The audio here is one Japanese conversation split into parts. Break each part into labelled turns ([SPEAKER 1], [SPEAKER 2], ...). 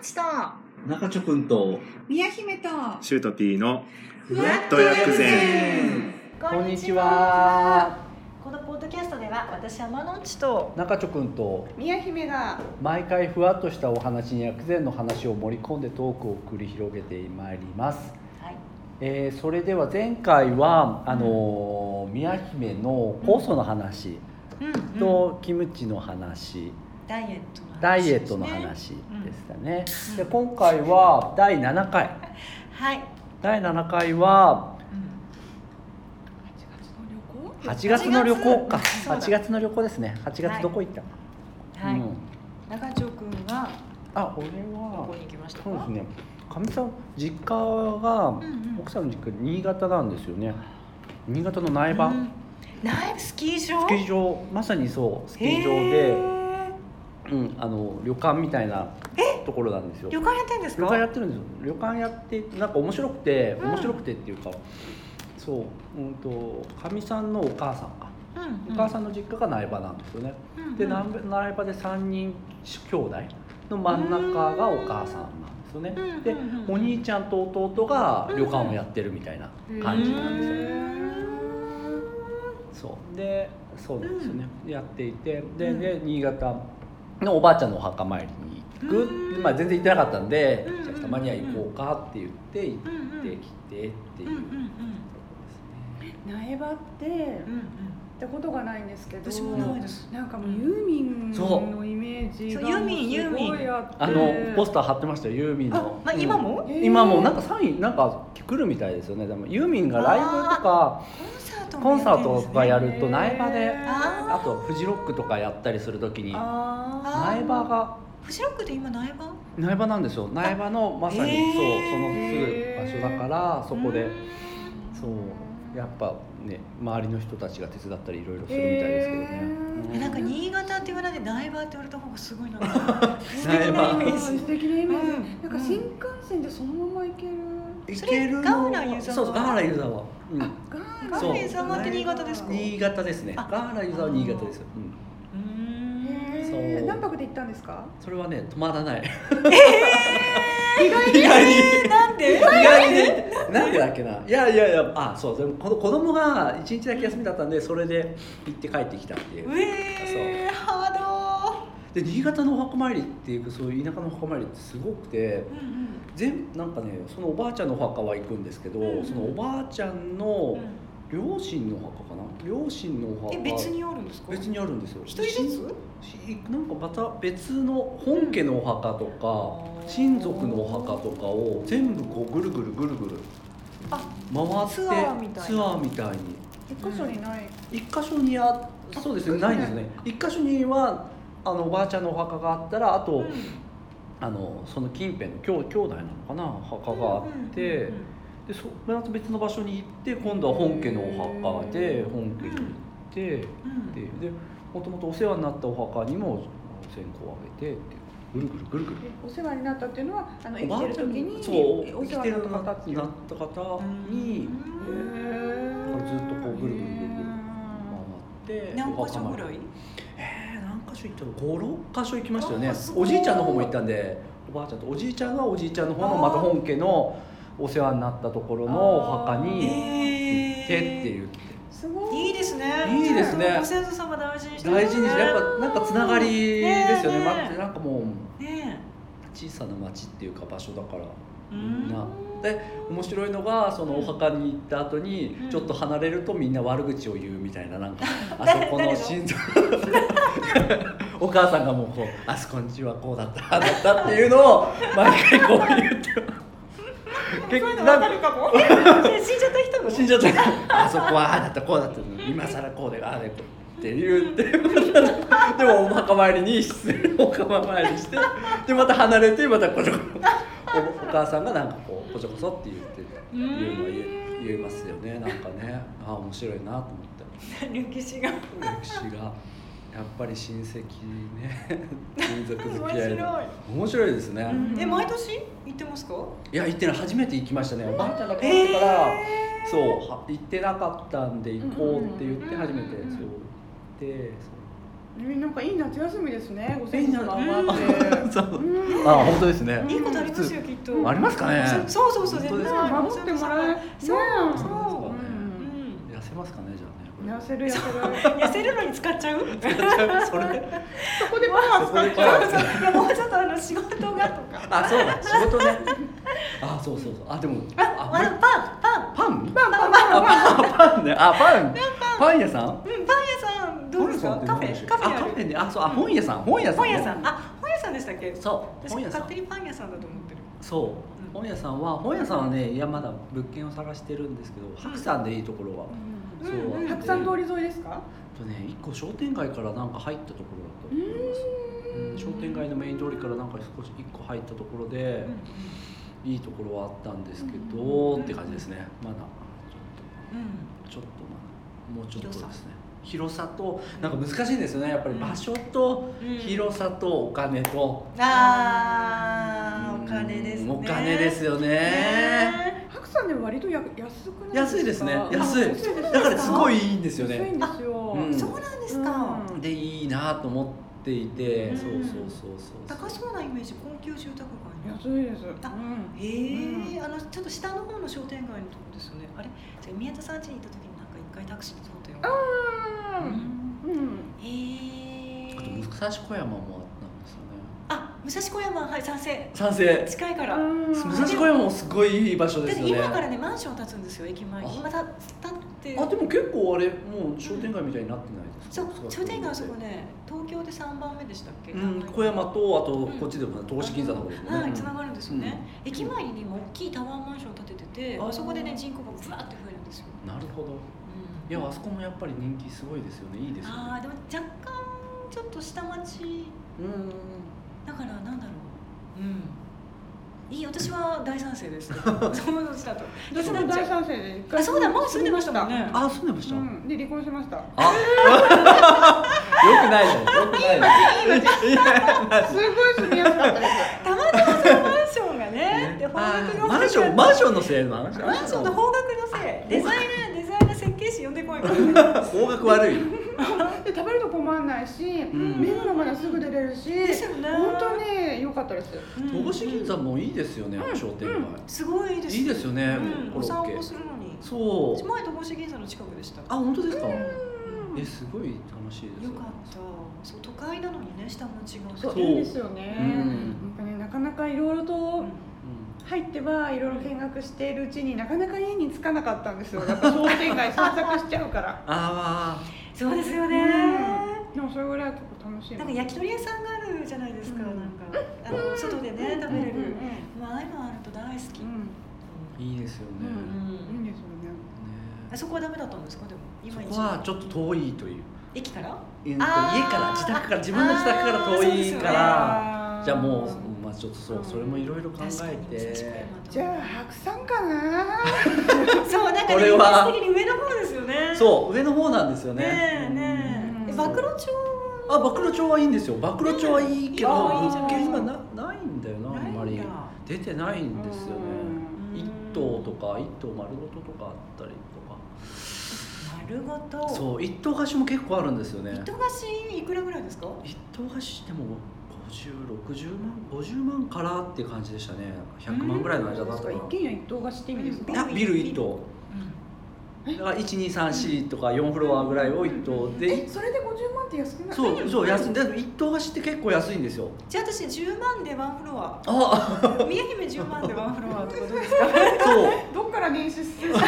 [SPEAKER 1] ちと
[SPEAKER 2] 中ちょくんと
[SPEAKER 3] 宮姫と
[SPEAKER 4] シュート P の
[SPEAKER 3] ふ
[SPEAKER 4] わっと薬
[SPEAKER 3] 膳
[SPEAKER 5] こんにちは。
[SPEAKER 1] このポッドキャストでは私山之内と
[SPEAKER 5] 中ちょくんと
[SPEAKER 1] 宮姫が
[SPEAKER 5] 毎回ふわっとしたお話に薬膳の話を盛り込んでトークを繰り広げてまいります。
[SPEAKER 1] はい
[SPEAKER 5] えーそれでは前回はあのー宮姫の酵素の話
[SPEAKER 1] うんうん
[SPEAKER 5] とキムチの話、
[SPEAKER 1] ダイエットの話
[SPEAKER 5] ダイエットの
[SPEAKER 1] ですね
[SPEAKER 5] 話でしたね。
[SPEAKER 1] うん
[SPEAKER 5] で今回は第7回
[SPEAKER 1] はい
[SPEAKER 5] 第7回は8月の旅行か
[SPEAKER 1] そうだ
[SPEAKER 5] 8月の旅行ですね8
[SPEAKER 1] は
[SPEAKER 5] 月
[SPEAKER 1] い
[SPEAKER 5] どこ行った、
[SPEAKER 1] はい、
[SPEAKER 5] うん
[SPEAKER 1] 中条くんは
[SPEAKER 5] あ俺
[SPEAKER 1] ど
[SPEAKER 5] は
[SPEAKER 1] こに行きましたか
[SPEAKER 5] そうですね。かみさん実家が、
[SPEAKER 1] んうん
[SPEAKER 5] 奥さんの実家新潟なんですよね。新潟の苗場、
[SPEAKER 1] うんないスキー場
[SPEAKER 5] スキー場まさにそうスキー場
[SPEAKER 1] へ
[SPEAKER 5] で、
[SPEAKER 1] ー
[SPEAKER 5] うんあの旅館みたいなところなんですよ。
[SPEAKER 1] 旅館やってんです
[SPEAKER 5] 旅
[SPEAKER 1] か
[SPEAKER 5] 館やってるんですよ。旅館やってなんか面白くて、
[SPEAKER 1] うん
[SPEAKER 5] 面白くてっていうか、そううんとかみさんのお母さんか、
[SPEAKER 1] うんう
[SPEAKER 5] お母さんの実家が苗場なんですよね。
[SPEAKER 1] ん
[SPEAKER 5] で
[SPEAKER 1] うんうん
[SPEAKER 5] 苗苗場で三人兄弟の真ん中がお母さんなんですよね。
[SPEAKER 1] うん
[SPEAKER 5] で
[SPEAKER 1] うんうん
[SPEAKER 5] お兄ちゃんと弟が旅館をやってるみたいな感じなんですよ、そうでそうなんですよね、やっていてで
[SPEAKER 1] うん
[SPEAKER 5] で新潟のおばあちゃんのお墓参りに行く、
[SPEAKER 1] うん
[SPEAKER 5] まあ、全然行ってなかったんで、
[SPEAKER 1] うん
[SPEAKER 5] じゃあたまには行こうかって言って行
[SPEAKER 1] うんうん
[SPEAKER 5] ってきてっていう
[SPEAKER 1] うんうん
[SPEAKER 5] ところですね、
[SPEAKER 3] 苗場って
[SPEAKER 1] うんうん
[SPEAKER 3] 行ったことがないんですけど
[SPEAKER 1] 私もないです
[SPEAKER 3] なんかもうユーミンのイメージが
[SPEAKER 1] そうユーミン
[SPEAKER 3] もうすごいあって
[SPEAKER 5] あのポスター貼ってましたよユーミンの
[SPEAKER 1] あ、まあ、
[SPEAKER 5] うん
[SPEAKER 1] 今も、コン
[SPEAKER 3] へー
[SPEAKER 5] 今もなんかサインなんか来るみたいですよねでもユーミンがライブとか
[SPEAKER 1] サート
[SPEAKER 5] コ
[SPEAKER 1] も
[SPEAKER 5] ン
[SPEAKER 1] や
[SPEAKER 5] サ
[SPEAKER 1] って
[SPEAKER 5] ー
[SPEAKER 1] るん
[SPEAKER 5] ト
[SPEAKER 1] ですね
[SPEAKER 5] とかやると苗場で
[SPEAKER 1] あ
[SPEAKER 5] あとフジロックとかやったりするときに
[SPEAKER 3] あ
[SPEAKER 1] ー
[SPEAKER 5] 苗場が
[SPEAKER 1] フジロックで今苗場
[SPEAKER 5] 苗場なんですよ苗場のまさに、
[SPEAKER 1] へー
[SPEAKER 5] そうそのすぐ場所だからそこで、
[SPEAKER 1] うん
[SPEAKER 5] そうやっぱね周りの人たちが手伝ったりいろいろするみたいですけどね
[SPEAKER 3] へー、
[SPEAKER 5] う
[SPEAKER 1] えなんか新潟って言われて苗場って言われた方がすごい な素敵なイメ
[SPEAKER 3] ー
[SPEAKER 1] ージ
[SPEAKER 3] 素敵なイメージ、
[SPEAKER 1] うん
[SPEAKER 3] なんか新幹線でそのまま行ける、
[SPEAKER 5] 行けるの
[SPEAKER 1] それガウラユザワ
[SPEAKER 5] そうそうガウラユザワ、うん
[SPEAKER 3] ガー
[SPEAKER 1] ガ
[SPEAKER 5] そう
[SPEAKER 1] ーレンさんはって新潟ですか
[SPEAKER 5] 新潟ですね
[SPEAKER 1] あ
[SPEAKER 5] ガウラユザワ新潟ですよ、うん
[SPEAKER 1] うーん
[SPEAKER 3] へ
[SPEAKER 5] そ
[SPEAKER 3] ー
[SPEAKER 5] う
[SPEAKER 3] 何泊で行ったんですか
[SPEAKER 5] それはね止まらない
[SPEAKER 1] 意外に
[SPEAKER 5] 意外に
[SPEAKER 1] なんで
[SPEAKER 5] 意外になんでだっけないやいやいやあそうでもこの子供が1日だけ休みだったんでそれで行って帰ってきたっていう
[SPEAKER 1] うえーハ
[SPEAKER 5] で新潟のお墓参りっていうかそういう田舎のお墓参りってすごくて
[SPEAKER 1] ードうん
[SPEAKER 5] 全なんかねそのおばあちゃんのお墓は行くんですけど、
[SPEAKER 1] うん
[SPEAKER 5] そのおばあちゃんの
[SPEAKER 1] うんうん
[SPEAKER 5] 両親のお墓かな両親のお墓
[SPEAKER 1] え別にあるんですか
[SPEAKER 5] 別にあるんですよ
[SPEAKER 1] 一人ずつ
[SPEAKER 5] しなんかまた別の本家のお墓とか、
[SPEAKER 1] うん
[SPEAKER 5] 親族のお墓とかを全部こうぐるぐるぐるぐる
[SPEAKER 1] あ
[SPEAKER 5] 回って
[SPEAKER 1] ツアーみたいな
[SPEAKER 5] ツアーみたいに
[SPEAKER 3] 一箇所にない、
[SPEAKER 5] 一箇所にあそうですね
[SPEAKER 3] 一箇所
[SPEAKER 5] ない
[SPEAKER 3] に
[SPEAKER 5] んですね一箇所にはあのおばあちゃんのお墓があったらあと、
[SPEAKER 1] うん
[SPEAKER 5] あのその近辺の兄兄弟なのかな墓があって、
[SPEAKER 1] うんうんうん
[SPEAKER 5] でそまた別の場所に行って今度は本家のお墓で
[SPEAKER 3] うん
[SPEAKER 5] 本家に行って、
[SPEAKER 1] うん
[SPEAKER 5] ででもともとお世話になったお墓にも線香をあげてってぐるぐるぐるぐる。
[SPEAKER 3] えお世話になったっていうのはあの生
[SPEAKER 5] おばあ
[SPEAKER 3] きて
[SPEAKER 5] ちゃ
[SPEAKER 3] る
[SPEAKER 5] ん
[SPEAKER 3] 時に
[SPEAKER 5] そう生
[SPEAKER 3] お世
[SPEAKER 5] き
[SPEAKER 3] 話
[SPEAKER 5] て
[SPEAKER 3] にな
[SPEAKER 5] る
[SPEAKER 3] った
[SPEAKER 5] な
[SPEAKER 3] 方
[SPEAKER 5] な
[SPEAKER 3] っていう
[SPEAKER 5] った方
[SPEAKER 1] う
[SPEAKER 5] にえ
[SPEAKER 1] ん
[SPEAKER 5] ーずっとこうぐるぐるぐるぐる回って
[SPEAKER 1] 何箇所
[SPEAKER 5] お
[SPEAKER 1] ぐ
[SPEAKER 5] 墓参り
[SPEAKER 1] らい
[SPEAKER 5] えー、何箇所行ったの56箇所行きましたよね
[SPEAKER 1] あすごい
[SPEAKER 5] おじいちゃんの方も行ったんでおばあちゃんとおじいちゃんがおじいちゃんの方のまた本家のお世話になったところのお墓
[SPEAKER 3] うん
[SPEAKER 5] に行
[SPEAKER 1] え
[SPEAKER 5] っ
[SPEAKER 1] え
[SPEAKER 5] てっていう、
[SPEAKER 3] すごい
[SPEAKER 1] いいですね。
[SPEAKER 5] いいですね
[SPEAKER 1] ご先祖様大事にしてますね。
[SPEAKER 5] 大事にしてやっぱなんかつながりですよね
[SPEAKER 1] ねえ
[SPEAKER 5] まあなんかもう
[SPEAKER 1] ね
[SPEAKER 5] 小さな町っていうか場所だから
[SPEAKER 1] え。
[SPEAKER 5] みんなで面白いのがそのお墓に行った後に
[SPEAKER 1] うん
[SPEAKER 5] ちょっと離れるとみんな悪口を言うみたいななん かあそ
[SPEAKER 1] 誰
[SPEAKER 5] こ
[SPEAKER 1] 誰
[SPEAKER 5] の
[SPEAKER 1] の
[SPEAKER 5] 心臓 お母さんがもうこう「あそこんちはこうだったああだった」っていうのを毎回こう言 って結構なんか
[SPEAKER 1] かも。え死んじゃった人も。
[SPEAKER 5] 死んじゃった「あそこはああだったこうだった」今更こうでああでこうって言ってでもお墓参りに失礼お墓参りしてでまた離れてまたこちょこおお母さんがなんかこうこちょこそって言って言うのは言え言えますよねなんかねああ面白いなと思っ
[SPEAKER 1] 歴史が。
[SPEAKER 5] て歴史が。やっぱり親戚ね 民族付き合
[SPEAKER 1] 面
[SPEAKER 5] い
[SPEAKER 1] 白い
[SPEAKER 5] 面白いですね、
[SPEAKER 1] え毎年行ってますか？
[SPEAKER 5] いや行ってない初めて行きましたねおばあちゃんが帰ってから、そうは行ってなかったんで行こうって言っ
[SPEAKER 1] うんうんう
[SPEAKER 5] て
[SPEAKER 1] ん
[SPEAKER 5] 初めて
[SPEAKER 1] うんうん
[SPEAKER 5] そうでそう
[SPEAKER 3] えなんかいい夏休みですね。ご
[SPEAKER 5] い
[SPEAKER 3] 先
[SPEAKER 5] い
[SPEAKER 3] 祖
[SPEAKER 5] な
[SPEAKER 3] 様があって。
[SPEAKER 5] そう
[SPEAKER 3] うん
[SPEAKER 5] あ本当ですね、
[SPEAKER 1] いいことありますよきっと
[SPEAKER 5] ありますかね
[SPEAKER 1] そそうそうそう
[SPEAKER 5] 本当
[SPEAKER 1] 全
[SPEAKER 5] です
[SPEAKER 1] 然
[SPEAKER 5] か
[SPEAKER 1] あります
[SPEAKER 3] 守ってもら
[SPEAKER 1] そ
[SPEAKER 3] え
[SPEAKER 1] う
[SPEAKER 3] ねえ
[SPEAKER 1] そうう、
[SPEAKER 3] ん
[SPEAKER 1] う
[SPEAKER 5] 痩せますかねじゃあね
[SPEAKER 3] 痩せる痩せる。
[SPEAKER 1] ん、痩せるのに使っちゃう
[SPEAKER 5] それ
[SPEAKER 3] そこでパワー使っちゃう。
[SPEAKER 1] いやもうちょっとあの仕事がとか
[SPEAKER 5] あそうだ仕事ねあそうそうそうあでも
[SPEAKER 1] ああのパンパン
[SPEAKER 5] パンパンパンパンパンねあパンパン屋さん
[SPEAKER 1] うん、パン屋さんどうですかカフェカ
[SPEAKER 5] カ
[SPEAKER 1] フェあ
[SPEAKER 5] フェあ
[SPEAKER 1] る
[SPEAKER 5] カフェねあそうあ本屋さん本屋さん
[SPEAKER 1] 本屋さんあ本屋さんでしたっけ
[SPEAKER 5] そう本
[SPEAKER 1] 私
[SPEAKER 5] 屋さ
[SPEAKER 1] 勝手
[SPEAKER 5] ん
[SPEAKER 1] にパン屋さんだと思ってる
[SPEAKER 5] そう、
[SPEAKER 1] うん
[SPEAKER 5] 本屋さんは本屋さんはねいやまだ物件を探してるんですけど白山でいいところは、
[SPEAKER 1] うん
[SPEAKER 5] そう
[SPEAKER 1] うんうん
[SPEAKER 5] あ
[SPEAKER 3] 白山通り沿いですか？
[SPEAKER 5] とね一個商店街からなんか入ったところだったと思いますうん商店街のメイン通りからなんか少し一個入ったところで、いいところはあったんですけど、
[SPEAKER 1] うん
[SPEAKER 5] って感じですねまだ
[SPEAKER 1] うん
[SPEAKER 5] ちょっとちょっとまだもうちょっとですね
[SPEAKER 1] 広さ
[SPEAKER 5] 広さとなんか難しいんですよねやっぱり場所と
[SPEAKER 1] うん
[SPEAKER 5] 広さとお金と、
[SPEAKER 1] あーお金ですね
[SPEAKER 5] うんお金ですよね
[SPEAKER 1] ね
[SPEAKER 3] 白山でも割とや安くないですか？
[SPEAKER 5] 安いですね安
[SPEAKER 3] 安い
[SPEAKER 5] い
[SPEAKER 3] です
[SPEAKER 5] だからすごいいいんです
[SPEAKER 3] 安
[SPEAKER 5] よ
[SPEAKER 3] い
[SPEAKER 5] ね
[SPEAKER 3] んですよ。
[SPEAKER 5] うん
[SPEAKER 1] そうなんですか、
[SPEAKER 3] うん
[SPEAKER 5] でいいなと思っていて、
[SPEAKER 1] うん
[SPEAKER 5] そうそうそうそう
[SPEAKER 1] 高そうなイメージ高級住宅街の
[SPEAKER 3] 安いです。
[SPEAKER 1] あ
[SPEAKER 3] うん
[SPEAKER 1] へえ、あのちょっと下の方の商店街のとこですよねあれじゃあ宮田さん家に行った時になんか一回タクシーで通ったようなうん
[SPEAKER 3] うん。
[SPEAKER 1] へえ
[SPEAKER 5] あと武蔵小山もあったんですよね
[SPEAKER 1] あ武蔵小山はい賛成
[SPEAKER 5] 賛成
[SPEAKER 1] 近いから、
[SPEAKER 3] うん
[SPEAKER 5] 武蔵小山もすごいいい場所
[SPEAKER 1] だ
[SPEAKER 5] で
[SPEAKER 1] っ
[SPEAKER 5] す
[SPEAKER 1] て
[SPEAKER 5] よね
[SPEAKER 1] 今からねマンション建つんですよ駅前
[SPEAKER 5] あ
[SPEAKER 1] に今た建って
[SPEAKER 5] あでも結構あれもう商店街みたいになってないです
[SPEAKER 1] そ
[SPEAKER 5] か
[SPEAKER 1] う商店街あそこね東京で三番目でしたっけ、
[SPEAKER 5] うん、小山とあとこっちでもね
[SPEAKER 1] 大
[SPEAKER 5] 東市銀座の方ですもんね、
[SPEAKER 1] はい、つ
[SPEAKER 5] う
[SPEAKER 1] なんがるんですよね、駅前にね今大きいタワーマンション建ててて
[SPEAKER 5] あー
[SPEAKER 1] あそこでね人口がブワーって増えるんですよ、
[SPEAKER 5] なるほど
[SPEAKER 1] うん
[SPEAKER 5] いやあそこもやっぱり人気すごいですよねいいですよね
[SPEAKER 1] ああでも若干ちょっと下町
[SPEAKER 5] うん
[SPEAKER 1] だからなんだろううんいい私は大賛成ですそ ういうのだと
[SPEAKER 3] 私も大賛成で一
[SPEAKER 1] あそうだもう住んでましたもん。ね
[SPEAKER 5] あそうなんでし
[SPEAKER 3] う
[SPEAKER 5] た、
[SPEAKER 3] ん。で離婚しました。
[SPEAKER 5] あよくないじゃんよくないじゃんいやマ
[SPEAKER 3] す
[SPEAKER 5] ジ
[SPEAKER 3] ごい住みやすかったで す。
[SPEAKER 1] たまたまそのマンションがねで方
[SPEAKER 5] あ
[SPEAKER 1] 角
[SPEAKER 5] ー
[SPEAKER 1] が
[SPEAKER 5] マンションマンションのせいなの
[SPEAKER 1] マンションの方角のせいデザイナーデザイナー設計士呼んでこいからね、
[SPEAKER 5] 方角悪い
[SPEAKER 3] で食べると困んないし、
[SPEAKER 5] ん
[SPEAKER 3] 見るのまだすぐ出れるし、
[SPEAKER 1] ですよね
[SPEAKER 3] 本当に良かったです。
[SPEAKER 1] うん
[SPEAKER 5] 東市銀座もいいですよね、あの商店街、
[SPEAKER 1] すごいいいです
[SPEAKER 5] いいですよね、
[SPEAKER 1] うん、
[SPEAKER 5] コ
[SPEAKER 1] お
[SPEAKER 5] ロ
[SPEAKER 1] 散
[SPEAKER 5] ッケ
[SPEAKER 1] 歩するのに
[SPEAKER 5] そう
[SPEAKER 1] 前戸越銀座の近くでした
[SPEAKER 5] あ本当です
[SPEAKER 1] う
[SPEAKER 5] か
[SPEAKER 1] ん
[SPEAKER 5] えすごい楽しいです
[SPEAKER 1] よかったそう都会なのにね下町が
[SPEAKER 3] そう
[SPEAKER 5] そう
[SPEAKER 3] いいですよね。
[SPEAKER 5] うん
[SPEAKER 3] なんかねなかなかいろいろと
[SPEAKER 1] うん
[SPEAKER 5] う
[SPEAKER 3] 入ってはいろいろ見学しているうちになかなか家に着かなかったんですよ。やっぱ商店街散策しちゃう から。
[SPEAKER 5] ん、あ
[SPEAKER 1] そうですよね
[SPEAKER 3] うんでもそれぐらい結構楽しい。
[SPEAKER 1] なんか焼き鳥屋さんがあるじゃないですか、
[SPEAKER 3] うん
[SPEAKER 1] なんかあの外でね食べれる、
[SPEAKER 3] うんうん
[SPEAKER 1] まあああいうのあると大好き、
[SPEAKER 5] ーいいですよね,、
[SPEAKER 1] う
[SPEAKER 3] う
[SPEAKER 1] ん
[SPEAKER 3] んうん。いいですよね。
[SPEAKER 1] あそこはダメだったんですかでも
[SPEAKER 5] ね
[SPEAKER 1] 一
[SPEAKER 5] そこはちょっと遠いという、
[SPEAKER 1] 駅から
[SPEAKER 5] うん、家か
[SPEAKER 1] あー
[SPEAKER 5] ら自宅から自分の自宅から遠いか
[SPEAKER 1] あ
[SPEAKER 5] ら、
[SPEAKER 3] あー
[SPEAKER 5] じゃあもう、まあ、ちょっとそう、
[SPEAKER 3] うん
[SPEAKER 5] それもいろいろ考
[SPEAKER 1] 確か
[SPEAKER 5] え
[SPEAKER 1] に武蔵小
[SPEAKER 5] て
[SPEAKER 1] 山と
[SPEAKER 3] じゃあ白山かな。
[SPEAKER 1] そうなんか
[SPEAKER 5] こ
[SPEAKER 1] ね
[SPEAKER 5] れ
[SPEAKER 1] イメ
[SPEAKER 5] は
[SPEAKER 1] ージ的に上の方ですよねう
[SPEAKER 5] そう上の方なんですよね
[SPEAKER 1] ねえねえ、
[SPEAKER 3] うん
[SPEAKER 1] え暴露町
[SPEAKER 5] うんあ暴露町はいいんですよ暴露町はいいけど
[SPEAKER 1] うん
[SPEAKER 5] 物件
[SPEAKER 1] あーいいじゃ
[SPEAKER 5] 今
[SPEAKER 1] ない
[SPEAKER 5] なないんだよなあんま
[SPEAKER 1] ない
[SPEAKER 5] り
[SPEAKER 1] んだ
[SPEAKER 5] 出てないんですよね
[SPEAKER 1] うん
[SPEAKER 5] 一棟とか一棟丸ごととかあったりとか
[SPEAKER 1] 丸ごと
[SPEAKER 5] そう一棟貸しも結構あるんですよね
[SPEAKER 1] 一棟貸しいくらぐらいですか
[SPEAKER 5] 一棟貸しでも5060万50万からっていう感じでしたね100万ぐらいの間だったか
[SPEAKER 3] 一
[SPEAKER 5] な
[SPEAKER 3] 軒家一棟貸しって意味です
[SPEAKER 1] う
[SPEAKER 3] か
[SPEAKER 1] ん
[SPEAKER 5] い。やビル一棟だから1234とか4フロアぐらいを一棟で
[SPEAKER 3] えそれで五十万って安くない？
[SPEAKER 5] そうそう安いでも一棟貸しって結構安いんですよ
[SPEAKER 1] じゃあ私10万でワンフロ ア
[SPEAKER 5] あ
[SPEAKER 1] 宮姫10万でワンフロアとかどうです
[SPEAKER 5] そう
[SPEAKER 3] どっから練習する？
[SPEAKER 5] いや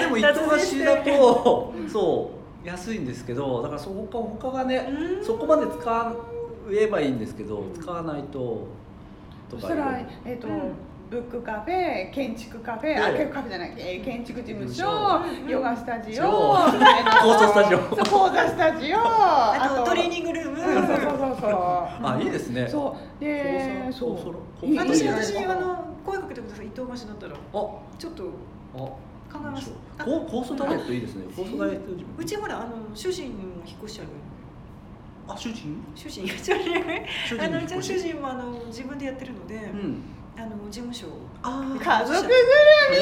[SPEAKER 5] でも 一棟貸しだとそう安いんですけどだからそこか他がね
[SPEAKER 1] うん
[SPEAKER 5] そこまで使えばいいんですけど使わないとと
[SPEAKER 3] そ
[SPEAKER 5] か
[SPEAKER 3] したらえっと
[SPEAKER 1] うん。
[SPEAKER 3] ブックカフェ、建築カフェ、あ、
[SPEAKER 5] で
[SPEAKER 3] 建築カフェじゃない、えー建築事務所
[SPEAKER 5] う、
[SPEAKER 3] ヨガスタジ
[SPEAKER 5] そ
[SPEAKER 3] オ、
[SPEAKER 5] う
[SPEAKER 3] えっと
[SPEAKER 5] 構想スタジオ
[SPEAKER 3] そう講座ス タジオ、あ
[SPEAKER 1] あとトレー
[SPEAKER 3] ン
[SPEAKER 1] ニングルーム
[SPEAKER 3] グ、うん、そうそうそうそう。
[SPEAKER 5] あいいですね
[SPEAKER 3] そう、で、
[SPEAKER 5] そ
[SPEAKER 3] そうう
[SPEAKER 5] そろ
[SPEAKER 3] いいいい
[SPEAKER 1] 私
[SPEAKER 3] じゃないで
[SPEAKER 1] 私
[SPEAKER 3] すか
[SPEAKER 1] あの声かけてください一棟貸しだったら
[SPEAKER 5] あ
[SPEAKER 1] ちょっと考
[SPEAKER 5] あ考
[SPEAKER 1] えますあ
[SPEAKER 5] 高高層ダイエットいいですね高層ダイエット自分
[SPEAKER 1] うちほらあの主人も引っ越しちゃうよ
[SPEAKER 5] あ主人
[SPEAKER 1] 主人主人
[SPEAKER 5] 主
[SPEAKER 1] あの
[SPEAKER 5] 引
[SPEAKER 1] う
[SPEAKER 5] っ
[SPEAKER 1] ちの
[SPEAKER 5] 越し
[SPEAKER 1] 主人もあの自分でやってるので、
[SPEAKER 5] うん
[SPEAKER 1] あの事務所を
[SPEAKER 5] あー
[SPEAKER 3] 家族ぐる